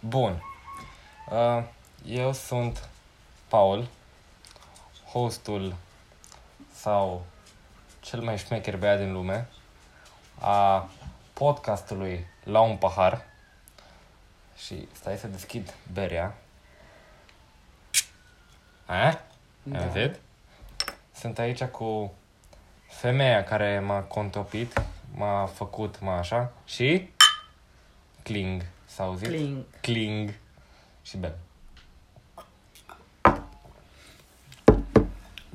Bun. Uh, Eu sunt Paul, hostul sau cel mai șmecher băiat din lume a podcastului La un pahar. Și stai să deschid berea. A? Da. Ai auzit? Sunt aici cu femeia care m-a contopit, m-a făcut, m-a așa, și cling, s-a auzit? Cling. Cling. Și bem.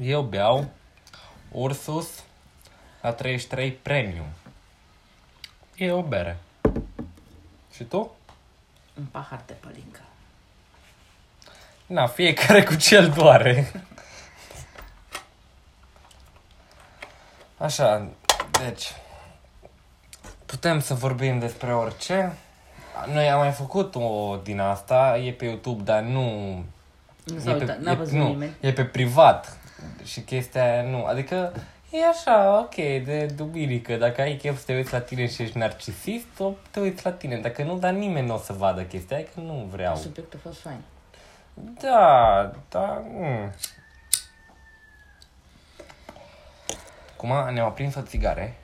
Eu beau Ursus la 33 Premium. E o bere. Și tu? Un pahar de pălincă. Na, fiecare cu cel doare. Așa, deci, putem să vorbim despre orice. Noi am mai făcut o din asta, e pe YouTube, dar nu... Nu s-a e uitat, n-a văzut e, nu, nimeni. E pe privat și chestia aia nu. Adică e așa, ok, de duminică. Dacă ai chef să te uiți la tine și ești narcisist, o- te uiți la tine. Dacă nu, dar nimeni nu o să vadă chestia aia, că nu vreau. Subiectul a fost fain. Da, da. Mm. Acum ne-am aprins o țigare.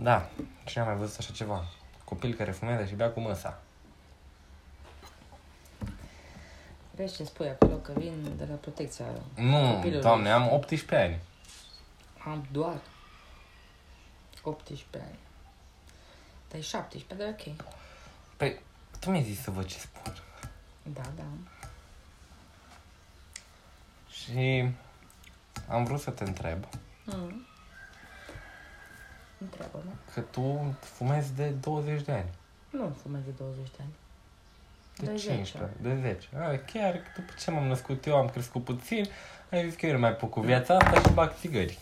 Da, cine a mai văzut așa ceva? Copil care fumează și bea cu măsa. Vezi ce spui acolo că vin de la protecția. Nu, Copilul doamne, am 18 ani. Am doar 18 ani. Dar e 17, dar e ok. Păi, tu mi-ai zis să văd ce spun. Da, da. Și am vrut să te întreb Mm. Întreabă-mă. că tu fumezi de 20 de ani. Nu fumez de 20 de ani. De, De 10. 15, de 10. A, chiar după ce m-am născut eu, am crescut puțin, ai zis că eu nu mai pot cu viața asta și bag țigări.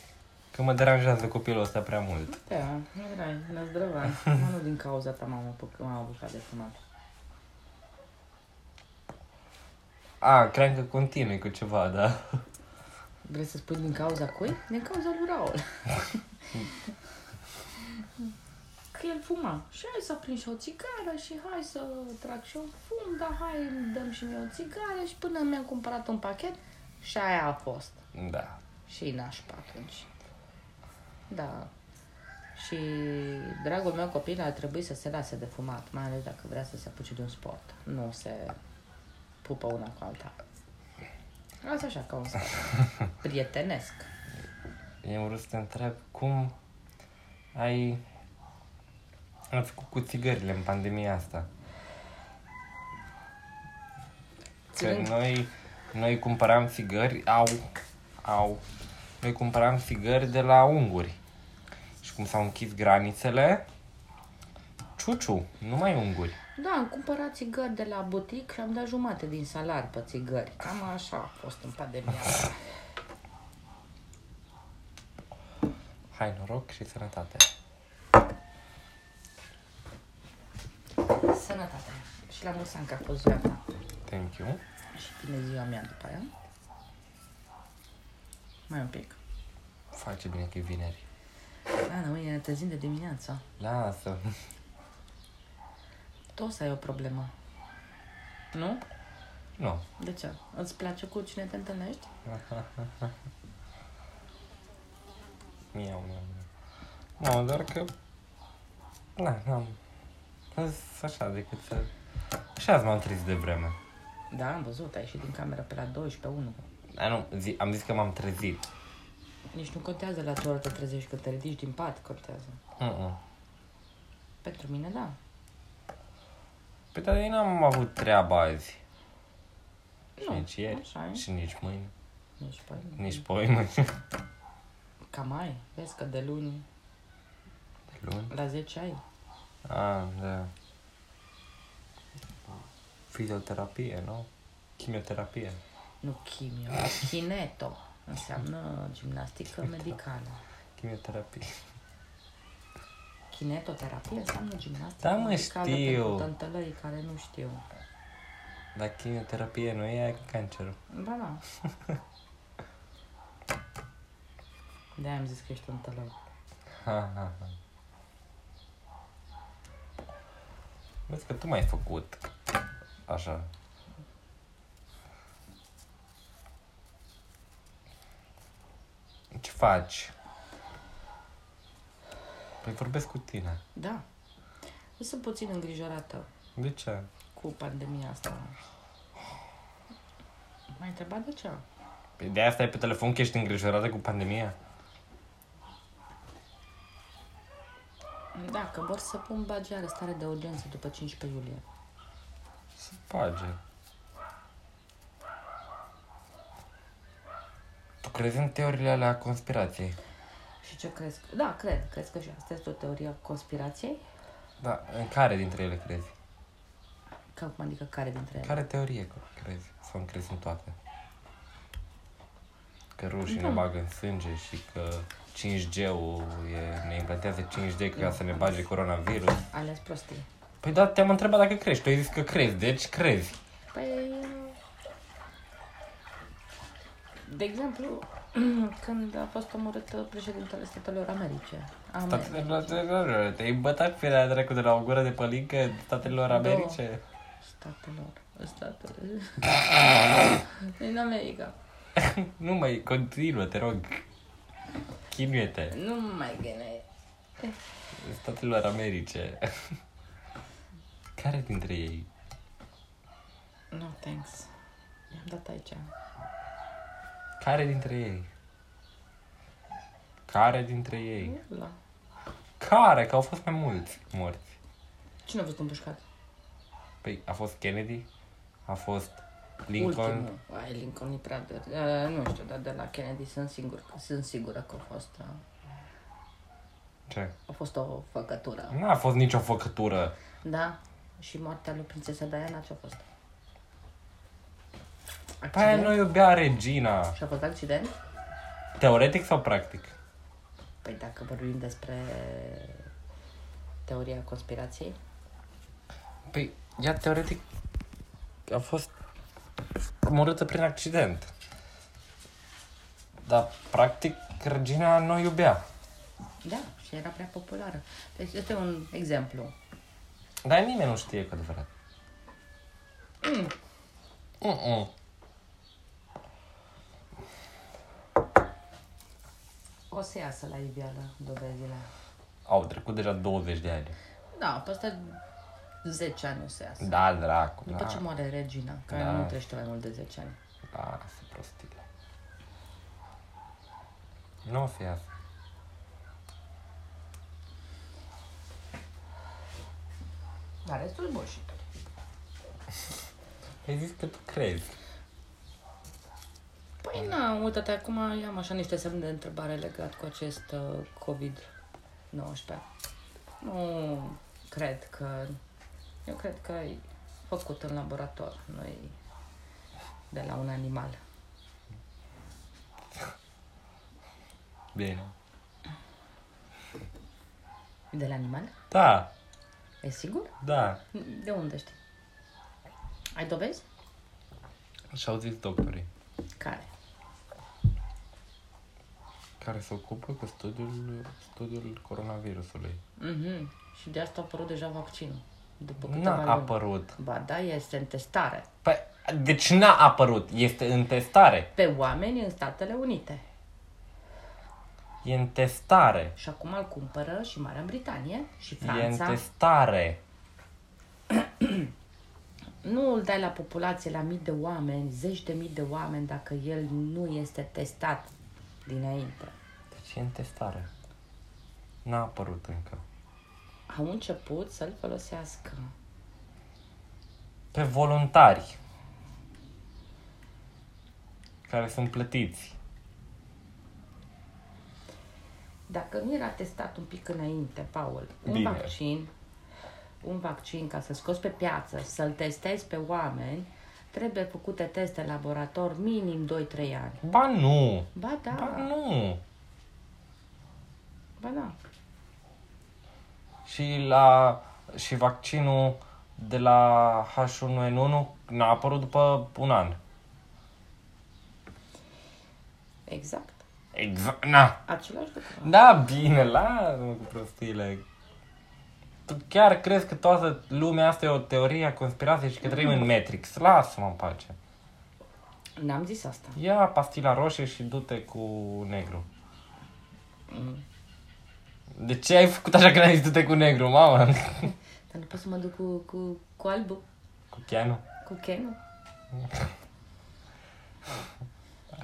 Că mă deranjează copilul ăsta prea mult. Da, nu erai năzdrăvan. Mă, nu din cauza ta m-am apucat, m-am apucat de fumat. A, cred că continui cu ceva, da? Vrei să spui din cauza cui? Din cauza lui Raul. că el fuma. Și hai să prind și o țigară și hai să trag și un fum, dar hai îmi dăm și mie o țigară și până mi-am cumpărat un pachet și aia a fost. Da. Și nașpa atunci. Da. Și dragul meu copil ar trebui să se lase de fumat, mai ales dacă vrea să se apuce de un sport. Nu se pupă una cu alta. Asta așa ca un sport. Prietenesc. Eu am vrut să te întreb cum ai... Ați făcut cu țigările în pandemia asta. Că Țigări? noi, noi cumpăram țigări, au, au, noi cumpăram țigări de la unguri. Și cum s-au închis granițele, ciuciu, nu mai unguri. Da, am cumpărat țigări de la butic și am dat jumate din salar pe țigări. Cam așa a fost în pandemia asta. Hai, noroc și sănătate. Sănătate. Și la mulți ani că a fost ziua ta. Thank you. Și bine ziua mea după aia. Mai un pic. Face bine că e vineri. Da, dar mâine ne trezim de dimineață. Lasă. Tu o să ai o problemă. Nu? Nu. De ce? Îți place cu cine te întâlnești? Miau, miau, miau. Nu, doar că... Na, n-am... Îs așa decât să... Și azi m-am trezit de vreme. Da, am văzut, ai ieșit din cameră pe la 12, 1. A, nu, zi, am zis că m-am trezit. Nici nu contează la ce oră te trezești, că te ridici din pat, contează. Mm-mm. Pentru mine, da. Păi dar eu n-am avut treaba azi. Și Nu, nici ieri. așa e. Și nici mâine. Nici pe Nici poi mâine. Cam ai. Vezi că de luni Luni. la 10 ai. A, da. Fizioterapie, nu? Chimioterapie. Nu chimio, kineto. Înseamnă gimnastică medicală. Chimioterapie. Kinetoterapie înseamnă gimnastică Da, mă, medicală știu. pentru tântălăii care nu știu. Dar chimioterapie nu e aia cu cancerul. Ba da. de am zis că ești un tălău. Ha, ha, ha. Vezi că tu m-ai făcut. așa. Ce faci? Păi vorbesc cu tine. Da. Eu sunt puțin îngrijorată De ce? cu pandemia asta. M-ai întrebat de ce? Păi de asta e pe telefon că ești îngrijorată cu pandemia? Da, că vor să pun bagi arestare de urgență după 15 iulie. Se page. Tu crezi în teoriile alea conspirației? Și ce crezi? Da, cred. Crezi că și asta este o teorie a conspirației? Da, în care dintre ele crezi? Că, adică care dintre ele? Care teorie crezi? Sau nu crezi în toate? Că rușii ne Da. bagă în sânge și că 5G-ul e, ne implantează 5G ca să ne bage coronavirus. Ai Ales prostii. Păi da, te-am întrebat dacă crezi. Tu ai zis că crezi, deci crezi. Păi... De exemplu, când a fost omorât președintele Statelor Americe. Am Statele te-ai bătat pe la dracu de la o gură de pălincă statelor Două. Americe. Statelor. Statele. În America. Nu mai continuă, te rog. Chinuie-te. Nu mai gene. Statelor Americe. Care dintre ei? No, thanks. I-am dat aici. Care dintre ei? Care dintre ei? La. Care? Că au fost mai mulți morți. Cine a fost împușcat? Păi a fost Kennedy, a fost Lincoln. Ultimul. Ai, Lincoln e prea de... Uh, nu știu, dar de la Kennedy sunt, singur, sunt sigură că a fost, uh, Ce? a fost o făcătură. Nu a fost nicio făcătură. Da? Și moartea lui prințesa Diana ce-a fost? Pe aia Accident? nu Păi, iubea regina. Și a fost accident? Teoretic sau practic? Păi dacă vorbim despre teoria conspirației, Păi, ea teoretic a fost omorâtă prin accident. Dar, practic, regina nu o iubea. da, și era prea populară. Deci este un exemplu. Dar nimeni nu știe cu adevărat. Mm. Mm-mm. O să iasă la iveală dovezile. Au trecut deja 20 de ani. Da, peste 10 ani o să iasă. Da, dracu, După da. ce moare regina, care Da. nu trăiește mai mult de 10 ani. Da, se prostile. Nu o să iasă. Dar restul bullshit Ai zis că tu crezi. Păi na, uite-te, acum am așa niște semne de întrebare legat cu acest uh, COVID-19. Nu cred că... Eu cred că e făcut în laborator, nu e de la un animal. Bine. E de la animal? Da, E sigur? da. De unde știi? Ai dovezi? Și au zis doctorii Care? care se ocupă cu studiul, studiul coronavirusului. Mhm. Și de asta a apărut deja vaccinul. După câteva N-a luni. apărut. Ba da, este în testare. Păi, deci n-a apărut. Este în testare. Pe oameni în Statele Unite. E în testare. Și acum îl cumpără și Marea Britanie și E în Franța. testare. Nu îl dai la populație, la mii de oameni, zeci de mii de oameni, dacă el nu este testat dinainte. Deci e în testare. N-a apărut încă. Au început să-l folosească. Pe voluntari. Care sunt plătiți. Dacă nu era testat un pic înainte, Paul, un Bine. vaccin, un vaccin ca să scoți pe piață, să-l testezi pe oameni, trebuie făcute teste în laborator minim 2-3 ani. Ba nu. Ba da, Ba nu. ba da. Și la și vaccinul de la H1N1 n-a apărut după un an. Exact. Exact. Na. Același lucru. Da, bine, la cu prostiile. tu chiar crezi că toată lumea asta e o teorie a conspirației și că trăim în Matrix. Lasă-mă în pace. N-am zis asta. Ia pastila roșie și du-te cu negru. De ce ai făcut așa când ai zis du-te cu negru, mamă? Dar nu pot să mă duc cu, cu, cu albul, cu Keanu. cu Kenul.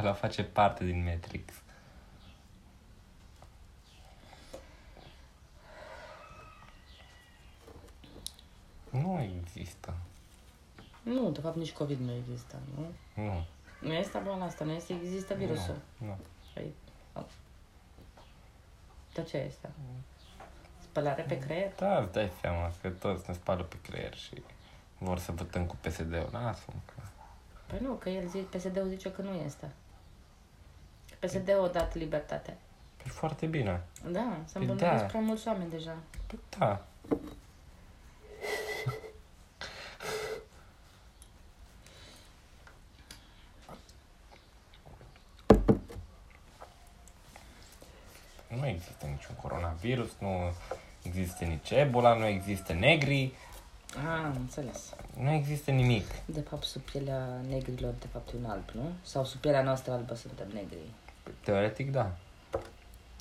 Ăla face parte din Matrix. Nu există. Nu, de fapt nici COVID nu există, nu? Nu. Nu este boala asta, nu este, există virusul. Nu. nu. Păi, au. Dar ce este? Spălare pe creier? Da, îți dai seama că toți ne spală pe creier și vor să votăm cu PSD-ul. Lasă-mă că... Păi nu, că el zice, PSD-ul zice că nu este. Că PSD-ul a dat libertate. Păi foarte bine. Da, s-a Păi îmbolnăvit da. prea mulți oameni deja. Păi da. Nu există niciun coronavirus, nu există nici Ebola, nu există negri, Ah, am înțeles. nu există nimic. De fapt, sub pielea negrilor, de fapt, e un alb, nu? Sau sub pielea noastră albă suntem negri. Teoretic, da.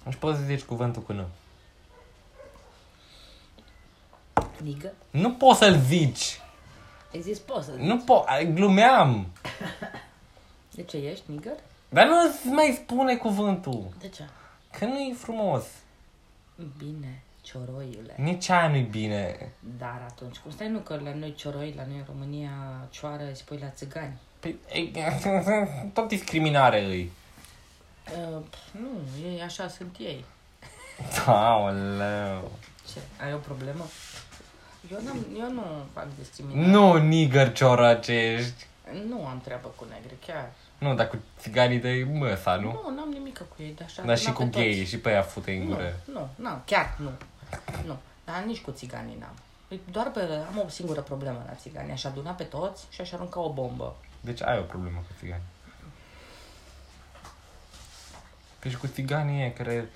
Nu poți să zici cuvântul cu nu. Nigă? Nu poți să-l zici! Există poză. Nu po- glumeam! De ce ești nigger? Dar nu mai spune cuvântul, De ce? că nu e frumos. Bine, cioroiule. Nici aia nu-i bine. Dar atunci, cum stai nu că la noi cioroi, la noi în România, cioară îi spui la țigani? Păi, e- tot discriminare îi. Uh, pf, nu, ei așa sunt ei. Aoleu. Ce? Ai o problemă? Eu, n-am, eu nu fac discriminare. Nu, nigger ciorăcești. Nu am treabă cu negri, chiar. Nu, dar cu țiganii de măsa, nu? Nu, n-am nimic cu ei, de așa. Dar și n-am cu pe Da, toți. gay și pe aia fute în Nu, gură. nu, nu, chiar nu. Nu, dar nici cu țiganii n-am. Păi Doar pe, am o singură problemă la țigani. Aș aduna pe toți și aș arunca o bombă. Deci ai o problemă cu țiganii. Că și cu țiganii e care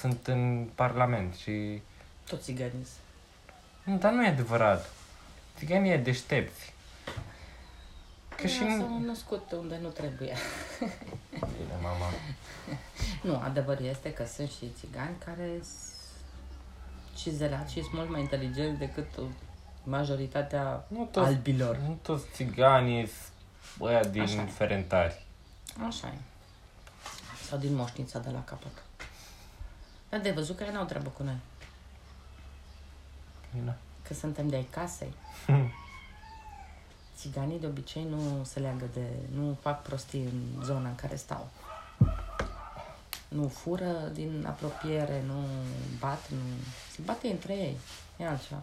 sunt în parlament și... Toți țiganii. Nu, Păi, dar nu e adevărat. Țiganii e deștepți. Că și... S-au născut unde nu trebuie. Bine, mama. Nu, adevărul este că sunt și țigani care s- și zelați și sunt mult mai inteligenți decât uh, majoritatea Nu toți, albilor. nu toți țiganii sunt ăia din Așa. Ferentari. Așa e. Sau din moșnița de la capăt. Dar de văzut că ei n-au treabă cu noi. Bine. Că suntem de ai casei. Țiganii de obicei nu se leagă de... Nu fac prostii în zona în care stau. Nu fură din apropiere, nu bat, nu... Se bate între ei. E altceva.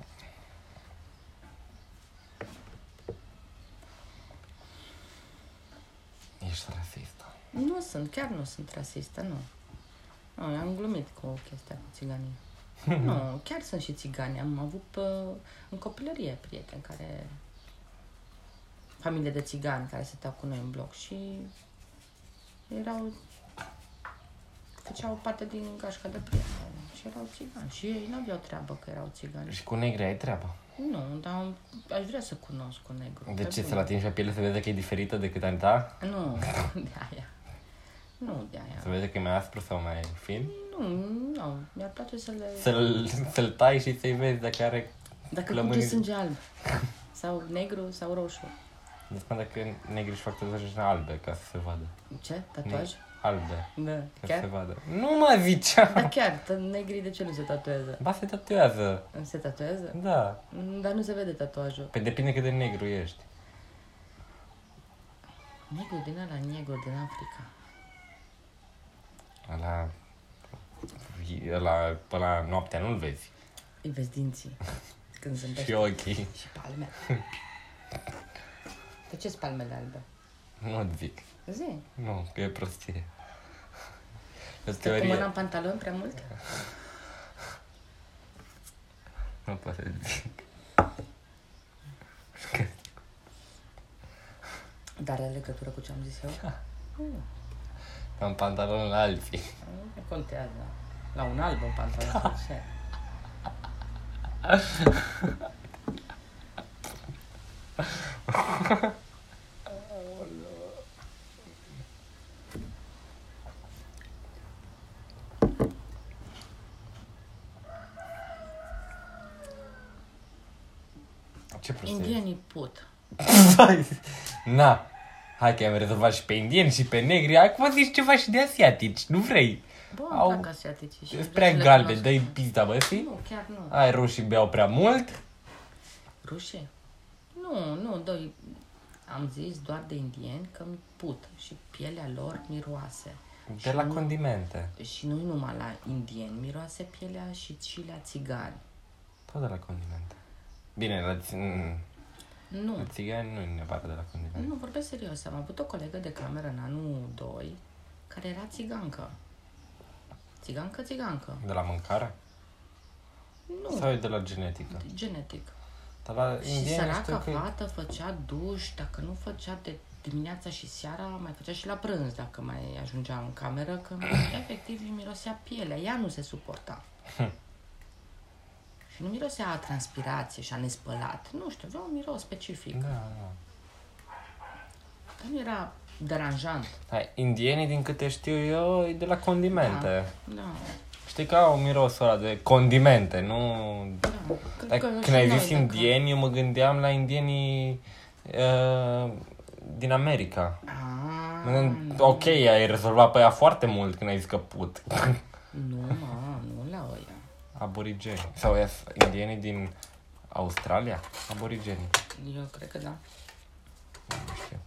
Ești rasistă. Nu sunt, chiar nu sunt rasistă, nu. Nu, am glumit cu chestia cu țiganii. nu, chiar sunt și țigani. Am avut uh, în copilărie prieteni care... Familie de țigani care stăteau cu noi în bloc și erau... Făceau parte din gașca de prieteni și erau țigani. Și ei nu aveau treabă că erau țigani. Și cu negri ai treaba. Nu, dar aș vrea să cunosc cu negru. De pe ce bune. să-l atingi pe piele să vede că e diferită decât a ta? Nu, de aia. Nu, de aia. Să vede că e mai aspru sau mai fin? Nu, nu, mi-ar place să le... Să-l, să-l tai și să-i vezi dacă are... Dacă lămâni- curge sânge alb. Sau negru sau roșu. Deci spune dacă negri își fac tatuaje albe ca să se vadă. Ce? Tatuaj? Albe. Da, Ca să se chiar? vadă. Nu mă zicea! Da, chiar, tă- negrii de ce nu se tatuează? Ba se tatuează. Se tatuează? Da. Mm, Dar nu se vede tatuajul. Păi depinde cât de negru ești. Negru din ăla, negru din Africa. Ăla... Ăla, ăla noaptea nu-l vezi. Îi vezi dinții când Și zâmbește. ochii. Și palme. De ce sunt palmele albe? Nu zic. Zi. Nu, că e prostie. E o Că cum teorie. am pantaloni prea mult? Nu pot să zic. Dar are legătură cu ce am zis eu? Nu. Am pantalonul alții. Nu contează. La un alb un pantalon. Ce? Ce prostie. Indienii put. Na, hai că am rezolvat și pe indieni și pe negri. Acum zici ceva și de asiatici. Nu vrei. Bă, Au- îmi plac asiaticii. și Sunt vreau prea să le galben, cunosc. dai pizza, bă, și? Nu, chiar nu. Ai roșii beau prea mult. Rușe? Nu, nu, doi. Am zis doar de indieni că mi put și pielea lor miroase. De și, la nu- condimente. și nu numai la indieni, miroase pielea și, și la țigani. Tot de la condimente. Bine, la, ți- mm, la Nu, țigani nu e neapărat de la condimente. nu, vorbesc serios. Am avut o colegă de cameră în anul 2 care era țigancă. Țigancă, țigancă. De la mâncare? Nu, Sau e de la genetică? genetic. Dar la Și indieni știu săraca că e- fată făcea duș, dacă nu făcea de dimineața și seara, mai făcea și la prânz, dacă mai ajungea în cameră, că efectiv îi mirosea pielea, ea nu se suporta. și nu mirosea a transpirație și a nespălat, nu știu, avea un miros specific, Da, da. dar nu era deranjant. Hai, indienii, din câte știu eu, e de la condimente. Da, Știi că au mirosul ăla de condimente, nu... da. Dar Cred că și când ai noi, zis dacă- indieni, eu mă gândeam la indienii uh, din America. Ah, Mă gând- Ok, ai rezolvat pe ea foarte mult când ai zis că put. Nu, mă, nu la ăia. Aborigeni. Sau e indienii din Australia? Aborigeni. Eu cred că da. Nu știu.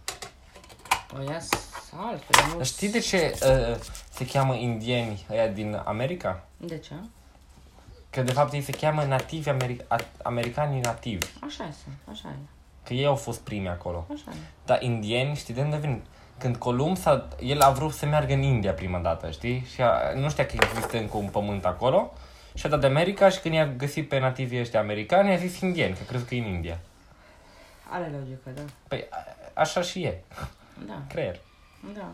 Ăia sunt altfel, Dar nu... știi de ce uh, se cheamă indieni ăia din America? De ce? Că de fapt ei se cheamă nativi ameri- a- americanii nativi. Așa este, așa e. Că ei au fost primii acolo. Așa e. Dar indieni, știi de unde vin? Când Columb s-a, el a vrut să meargă în India prima dată, știi? Și a, nu știa că există încă un pământ acolo. Și a dat de America și când i-a găsit pe nativii ăștia americani, a zis indieni, că crezi că e în India. Are logică, da. Păi a, așa și e, Da, creier. da.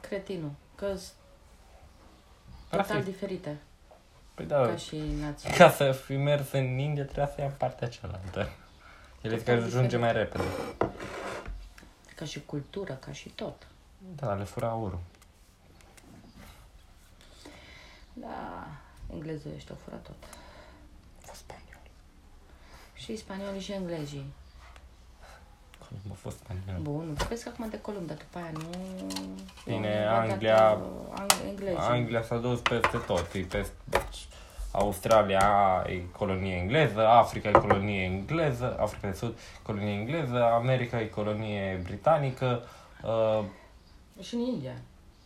Cretinul. Că sunt total Practic, diferite păi da, ca și națiuni. ca să fi mers în India trebuia să ia în partea cealaltă. El zice că ajunge mai repede. Ca și cultură, ca și tot. Da, le fură aurul. Da, englezește, o fură tot. Și spaniolii și englezii. Columb a fost spaniol. Bun, vorbesc acum de Columb, dar după aia nu... Bine, nu, Anglia- Dacă, ang- englezii. Anglia s-a dus peste tot. E peste, deci, Australia e colonie engleză, Africa e colonie engleză, Africa de Sud colonie engleză, America e colonie britanică uh, Și în India.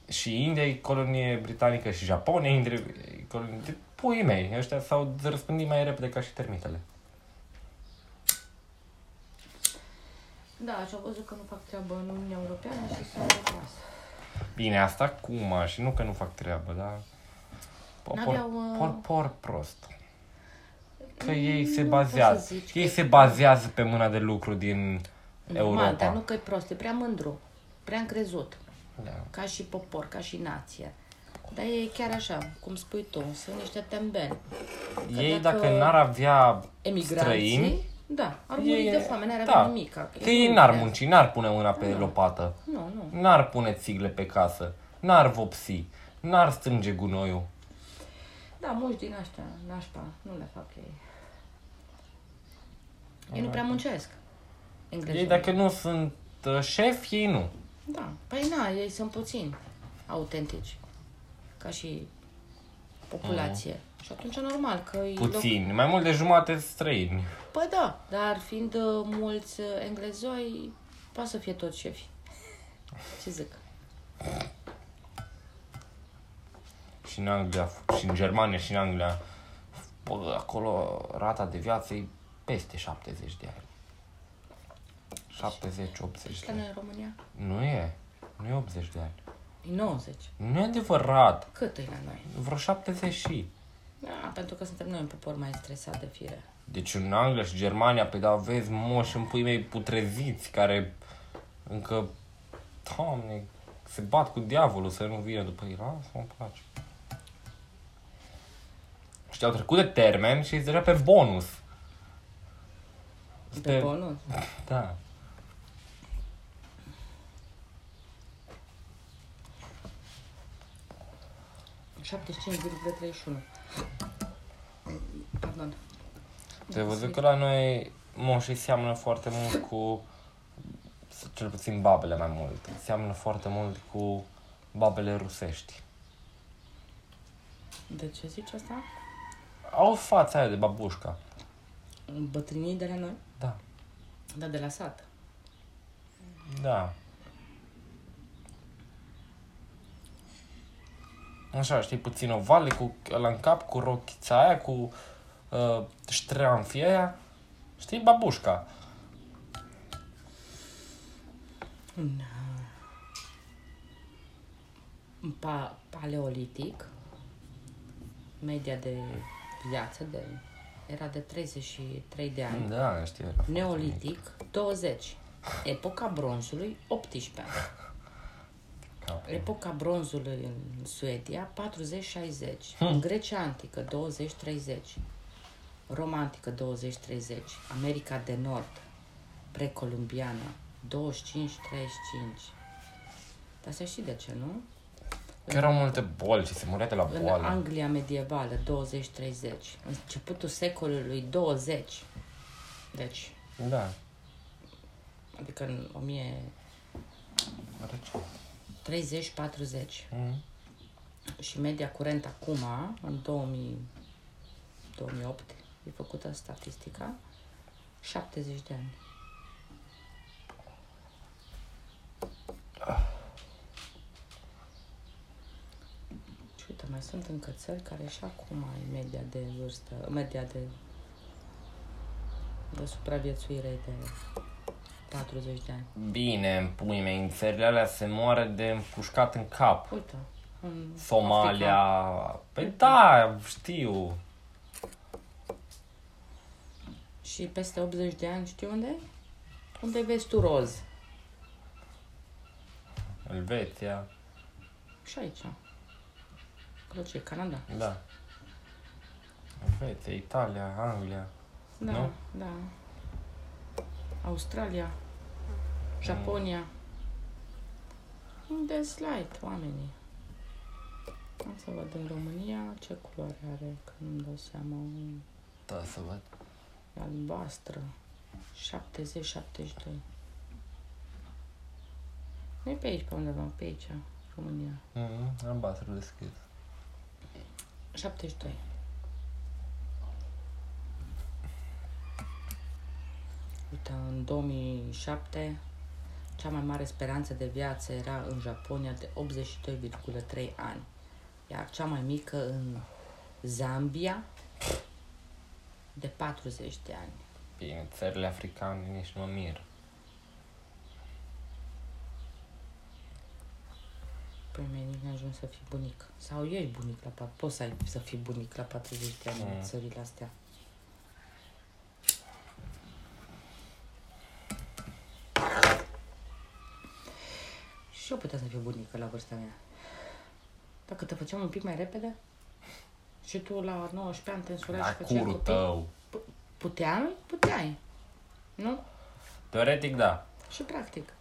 și India e colonie britanică și Japonia e între- e colonie... de Puii mei, ăștia s-au răspândit mai repede ca și termitele. Da, și au văzut că nu fac treabă în Uniunea Europeană și s-au retras. Bine, asta acum și nu că nu fac treabă, dar... Por, N-aveau, por, uh, Mm, por, por prost. Că ei se Nu poți bazează. să zici Ei că- se bazează pe mâna de lucru din Europa. Normal, dar nu că e prost, e prea mândru, prea încrezut. Da. ca și popor, ca și nație. Dar e chiar așa, cum spui tu, sunt niște tembeni. Că Ei dacă dacă n-ar avea Emigranții, străini, da, ar ei- muri de foame, n-ar avea da. nimic. Că ei n-ar munci, n-ar pune mâna pe lopată, Nu, nu. n-ar pune țigle pe casă, n-ar vopsi, n-ar strânge gunoiul. Da, mulți din ăștia, nașpa, nu le fac ei. Ei nu prea muncesc. Englezii. Ei dacă nu sunt uh, șefi, ei nu. Da, păi na, ei sunt puțini autentici, ca și populație. Și atunci normal că îi loc- Mm. Puțini, mai mult de jumate străini. Păi da, dar fiind uh, mulți uh, englezoi, poate să fie toți șefi. Ce zic? și în Anglia, și în Germania, și în Anglia. Bă, acolo rata de viață e peste 70 de ani. 70-80 Și de la noi ani. în România? Nu e. Nu e 80 de ani. E 90. Nu e adevărat. Cât e la noi? Vreo 70 și. Da, pentru că suntem noi un popor mai stresat de fire. Deci în Anglia și Germania, pe da, vezi moși în pui mei putreziți care încă, doamne, se bat cu diavolul să nu vină după ei. Lasă-mă în pace. Și au trecut de termen și ești deja pe bonus. Pe bonus. Da. Pardon. Te văzut că la noi moșii seamănă foarte mult cu, cel puțin babele mai mult, seamănă foarte mult cu babele rusești. De ce zici asta? Au fața aia de babușca. Bătrânii de la noi? Da, Da, de la sat. da. Așa, știi, puțin ovale, cu ăla în cap, cu rochița aia, cu uh, ștreanfii aia. Știi, babușca. În Pa- paleolitic, media de viață de, era de 33 de ani. Da, știi. era foarte mic. Neolitic, 20. Epoca bronzului, 18 ani. Ca- Epoca bronzului în Suedia, 40-60. În Grecia antică, 20-30. Roma antică, 20-30. America de Nord, precolumbiană, 25-35. Dar să știi de ce, nu? Că erau multe boli și se murea de la În boală. Anglia medievală, 20-30. Începutul secolului 20. Deci, Da. adică în 1000... Are ce? 30-40. Mm. Și media curent acum, în 2000, 2008, e făcută statistica, 70 de ani. Și uite, mai sunt încă țări care și acum ai media de vârstă, media de, de supraviețuire de 40 de ani. Bine, în pui mei, în țările alea se moare de împușcat în cap. Uite, în Somalia... Păi da, știu. Și peste 80 de ani, știi unde? Unde vezi tu roz. Elveția, Și aici. Cred că e Canada. da. Elveția, Italia, Anglia. Da, Nu? da. Australia. Japonia. Unde slide oamenii? Am să văd în România ce culoare are, că nu-mi dau seama. Da, să văd. E albastră. 70-72. Nu e pe aici, pe undeva, pe aici, România. Mm, albastră deschis. 72. Uite, în 2007, cea mai mare speranță de viață era în Japonia de 82,3 ani, iar cea mai mică în Zambia de 40 de ani. Bine, țările africane nici nu mă mir. Păi mi-ai nici n-ai ajuns să fii bunic. Sau ești bunic la 40, poți să, ai, să fii bunic la 40 de ani în Mm. țările astea. Și eu puteam să fiu bunică la vârsta mea. Dacă te făceam un pic mai repede și tu la 19 ani te însurai La și făceai curul copii, tău. puteam? Puteai. Nu? Teoretic, da. Și practic.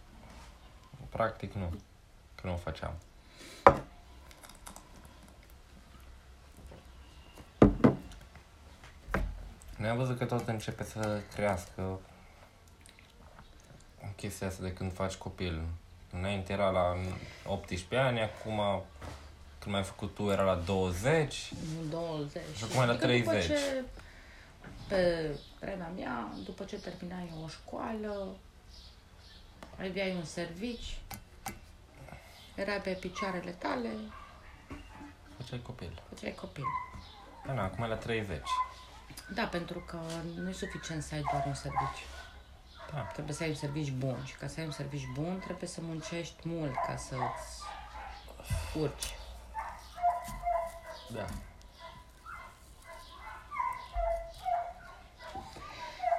Practic, nu. Că nu o făceam. Noi am văzut că tot începe să crească chestia asta de când faci copil. Înainte era la 18 ani, acum când mai ai făcut tu era la 20. 20. Și acum e la Adică După 30. ce, pe vremea mea, după ce terminai o școală, aveai un servici, erai pe picioarele tale, Făceai copil. făceai copil. Da, na, acum e la 30. Da, pentru că nu e suficient să ai doar un serviciu. Da. Trebuie să ai un serviciu bun și ca să ai un serviciu bun trebuie să muncești mult ca să-ți urci. Da.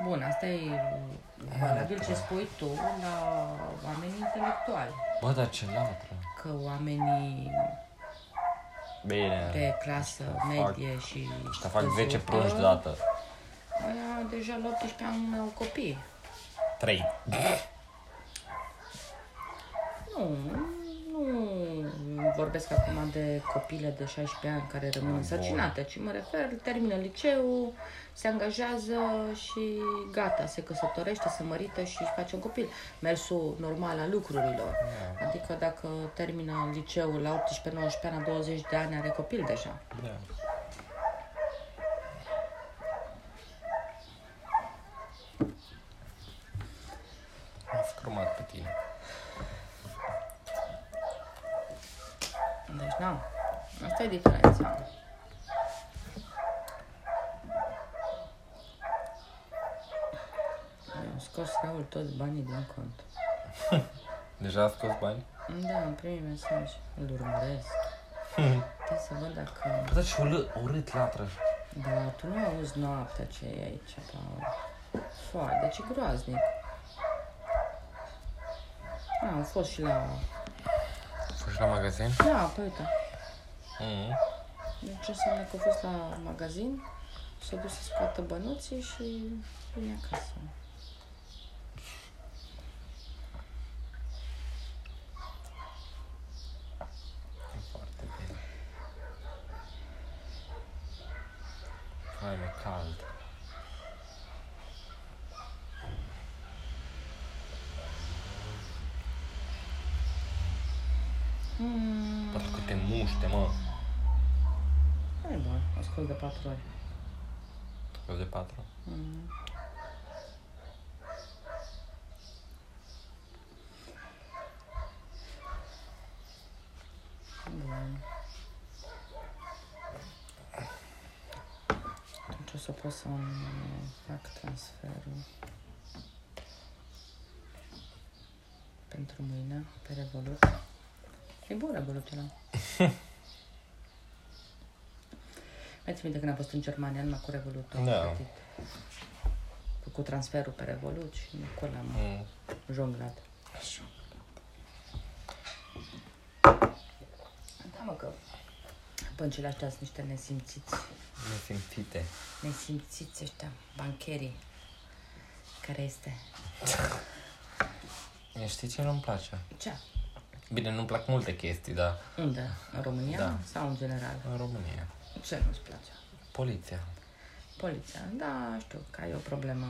Bun, asta e valabil ce spui tu la oamenii intelectuali. Bă, dar ce latră. că oamenii Bine. de clasă medie și Să fac da. 10 scăzută, prunci deodată. Aia deja la 18 ani au copii. 3. Nu, nu vorbesc acum de copile de 16 ani care rămân însărcinate, ci mă refer, termină liceul, se angajează și gata, se căsătorește, se mărită și își face un copil. Mersul normal al lucrurilor. Adică dacă termină liceul la 18-19 ani, la 20 de ani are copil deja. Da. M-a scrumat pe tine. Deci, na, asta e diferența. Mi-am scos Raul toți banii din cont. Deja a scos bani? Da, am primit mesaj. Îl urmăresc. Trebuie să văd dacă... Bă, și urât, urât latră. Dar tu nu auzi noaptea ce e aici, Paul. Foarte, deci e groaznic. A, am fost și la... Fugi la magazin? Da, pe uite. Mm. Deci înseamnă că a fost la magazin, s-a dus să scoată bănuții și vine acasă. Foarte bine. Hai, mi-e cald. Mm. Bă, dar câte muște, mă. Hai bă, ascult de patru ori. Scos de patru. Mm. Bun. Atunci o să pot să fac transferul pentru mâine pe Revolut. E bun Revolut ăla. Mai ții minte când am fost în Germania, numai cu Revolut. am Da. plătit. Cu transferul pe Revolut și cu ăla am Mm. jonglat. Da, mă, că băncile astea sunt niște nesimțiți. Ne simțite. Nesimțiți ăștia, bancherii. Care este? E, Știi ce nu-mi place? Ce? Bine, nu-mi plac multe chestii, dar Unde? În România Da. sau în general? în România. Ce nu-ți place? Poliția. Poliția. Da, știu că ai o problemă.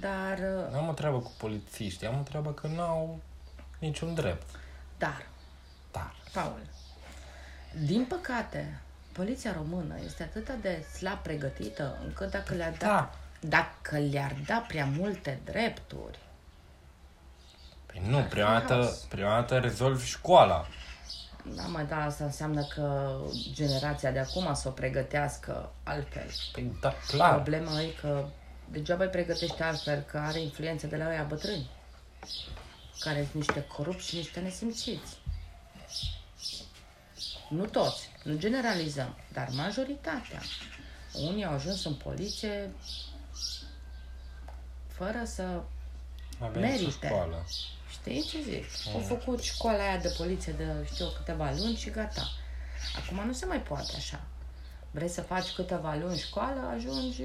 Dar, uh, N-am o treabă cu polițiștii, am o treabă că n-au niciun drept. dar, Dar. Paul, din păcate, poliția română este atât de slab pregătită încât dacă le-ar da, Da. dacă le-ar da prea multe drepturi, Păi nu, prima fi dată, haos. prima dată rezolvi școala. da, mă, da, asta înseamnă că generația de acum să o pregătească altfel. Păi da, clar. Problema e că degeaba îi pregătești altfel, că are influențe de la oia bătrâni, care sunt niște corupți și niște nesimțiți. Nu toți, nu generalizăm, dar majoritatea. Unii au ajuns în poliție fără să Avem și merite. școală. Știi ce zic? Au făcut școala aia de poliție de, știu, eu, câteva luni și gata. Acum nu se mai poate așa. Vrei să faci câteva luni școală, ajungi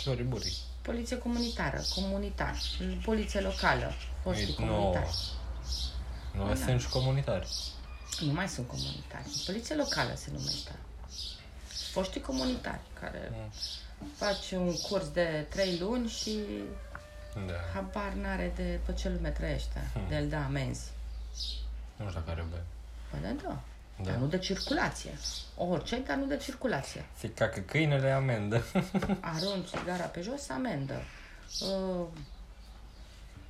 Cioriburi. poliție comunitară, comunitar, poliție locală, foștii Nu. comunitari. Nu sunt și comunitari. Nu mai sunt comunitari, poliție locală se numește. Foștii comunitari, care faci un curs de trei luni și Da. habar n-are de pe ce lume trăiește, de el da amenzi. Nu știu care bă. Păi da, da. Da. Dar nu de circulație. Orice, dar nu de circulație. Se cacă câinele amendă. Arunci gara pe jos, amendă. Uh,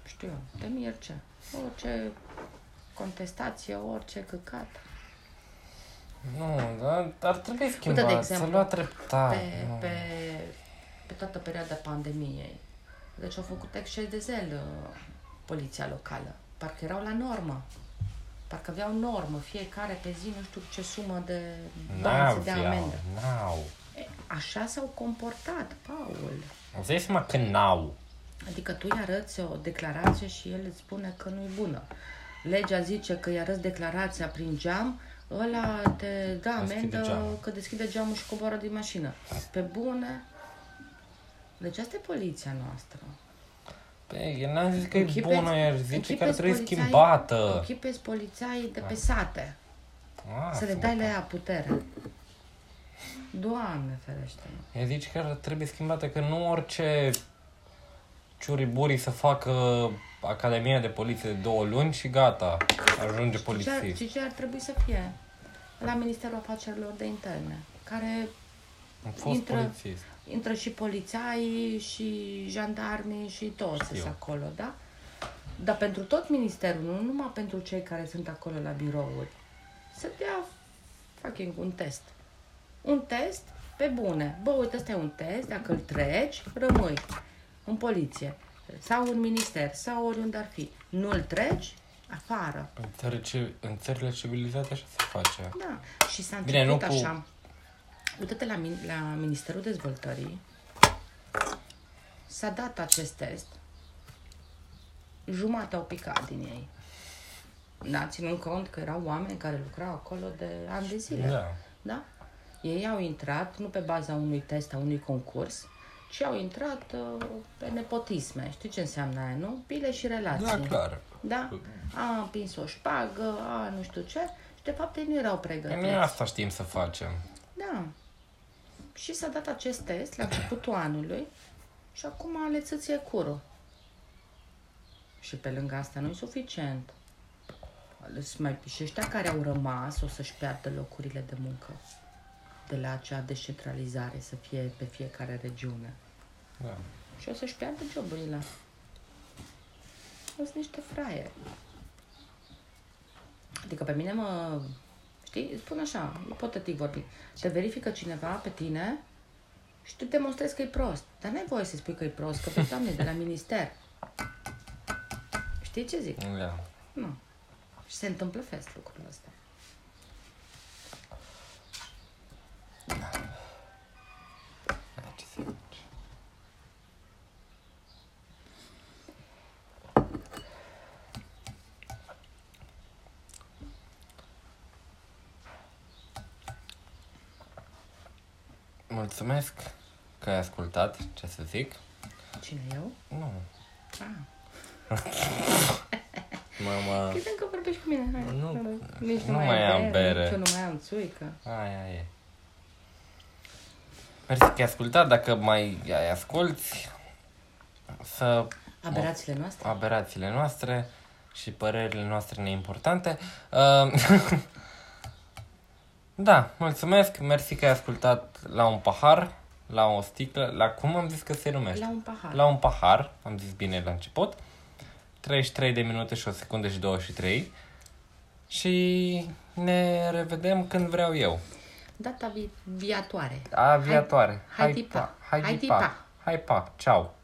știu eu, de mierce. Orice contestație, orice căcat. nu, dar ar trebui de schimbat. Să exemplu, lua treptat. Pe, nu. pe, pe toată perioada pandemiei. Deci au făcut exces de zel uh, poliția locală. Parcă erau la normă. Parcă aveau normă fiecare pe zi, nu știu ce sumă de bani N-au, se dea viau, amendă. n-au. E, Așa s-au comportat, Paul. Îți dai seama că n-au. Adică tu îi arăți o declarație și el îți spune că nu e bună. Legea zice că îi arăți declarația prin geam, Ăla te dă Deschide amendă geamul. că deschide geamul și coboară din mașină. Pe bune. Deci asta e poliția noastră. Păi, eu n-am zis că e Închipeți- bună, iar zice că ar închipeți trebui polițai- schimbată. Închipeți polițai de pe sate. Ah, Să le dai la ea putere. Doamne ferește Ea zice că ar trebui schimbată, că nu orice ciuriburii să facă Academia de Poliție de două luni și gata, ajunge Și ce, ar, polițist. și ce ar trebui să fie? La Ministerul Afacerilor de Interne, care Am fost intră- polițist. intră și polițaii și jandarmii și toți sunt acolo, da? Dar pentru tot ministerul, nu numai pentru cei care sunt acolo la birouri. Să dea fucking un test. Un test pe bune. Bă, uite, ăsta e un test, dacă îl treci, rămâi în poliție sau în minister sau oriunde ar fi. Nu îl treci, afară. În, țări, ce- în țările civilizate așa se face. Da. Și s-a Bine, întâmplat nu cu- așa. Uite-te la, min- la Ministerul Dezvoltării. S-a dat acest test. Jumate au picat din ei. Da, ținând cont că erau oameni care lucrau acolo de ani de zile. Da. Da? Ei au intrat nu pe baza unui test, a unui concurs, ci au intrat uh, pe nepotisme. Știi ce înseamnă aia, nu? Bile și relații. Da, clar. Da? A împins o șpagă, a nu știu ce. Și de fapt ei nu erau Păi Noi pregătiți. asta știm să facem. Da. Și s-a dat acest test la începutul anului și acum le țâție curul. Și pe lângă asta nu e suficient. Ales mai, și ăștia care au rămas o să-și piardă locurile de muncă de la acea descentralizare să fie pe fiecare regiune. Da. Și o să-și piardă joburile. Sunt niște fraieri. Adică pe mine mă... Știi? Spun așa, ipotetic vorbind. Te verifică cineva pe tine și tu demonstrezi că e prost. Dar n-ai voie să spui că e prost, că pe doamne, e de la minister. Știi ce zic? Da. Nu. Și se întâmplă fest lucrul ăsta. Ce se face? Mulțumesc că ai ascultat ce să zic. Cine eu? Nu, Ah. mă, mă, Credeam că vorbești cu mine. Hai. Nu. Nici nu, Nu mai, mai am am bere. bere. Nici eu nu mai am țuică. aia e. Mersi că ai ascultat, dacă mai ai asculti, să Aberațiile noastre? aberațiile noastre și părerile noastre neimportante. Uh, da, mulțumesc, mersi că ai ascultat la un pahar, la o sticlă, la cum am zis că se numește? La un pahar. La un pahar, am zis bine la început, 33 de minute și o secundă și 23 și ne revedem când vreau eu. Data vi- viitoare. Aviatoare. Hai- hai tipa. Hai Hai tipa. tipa. Hai pa. Ceau.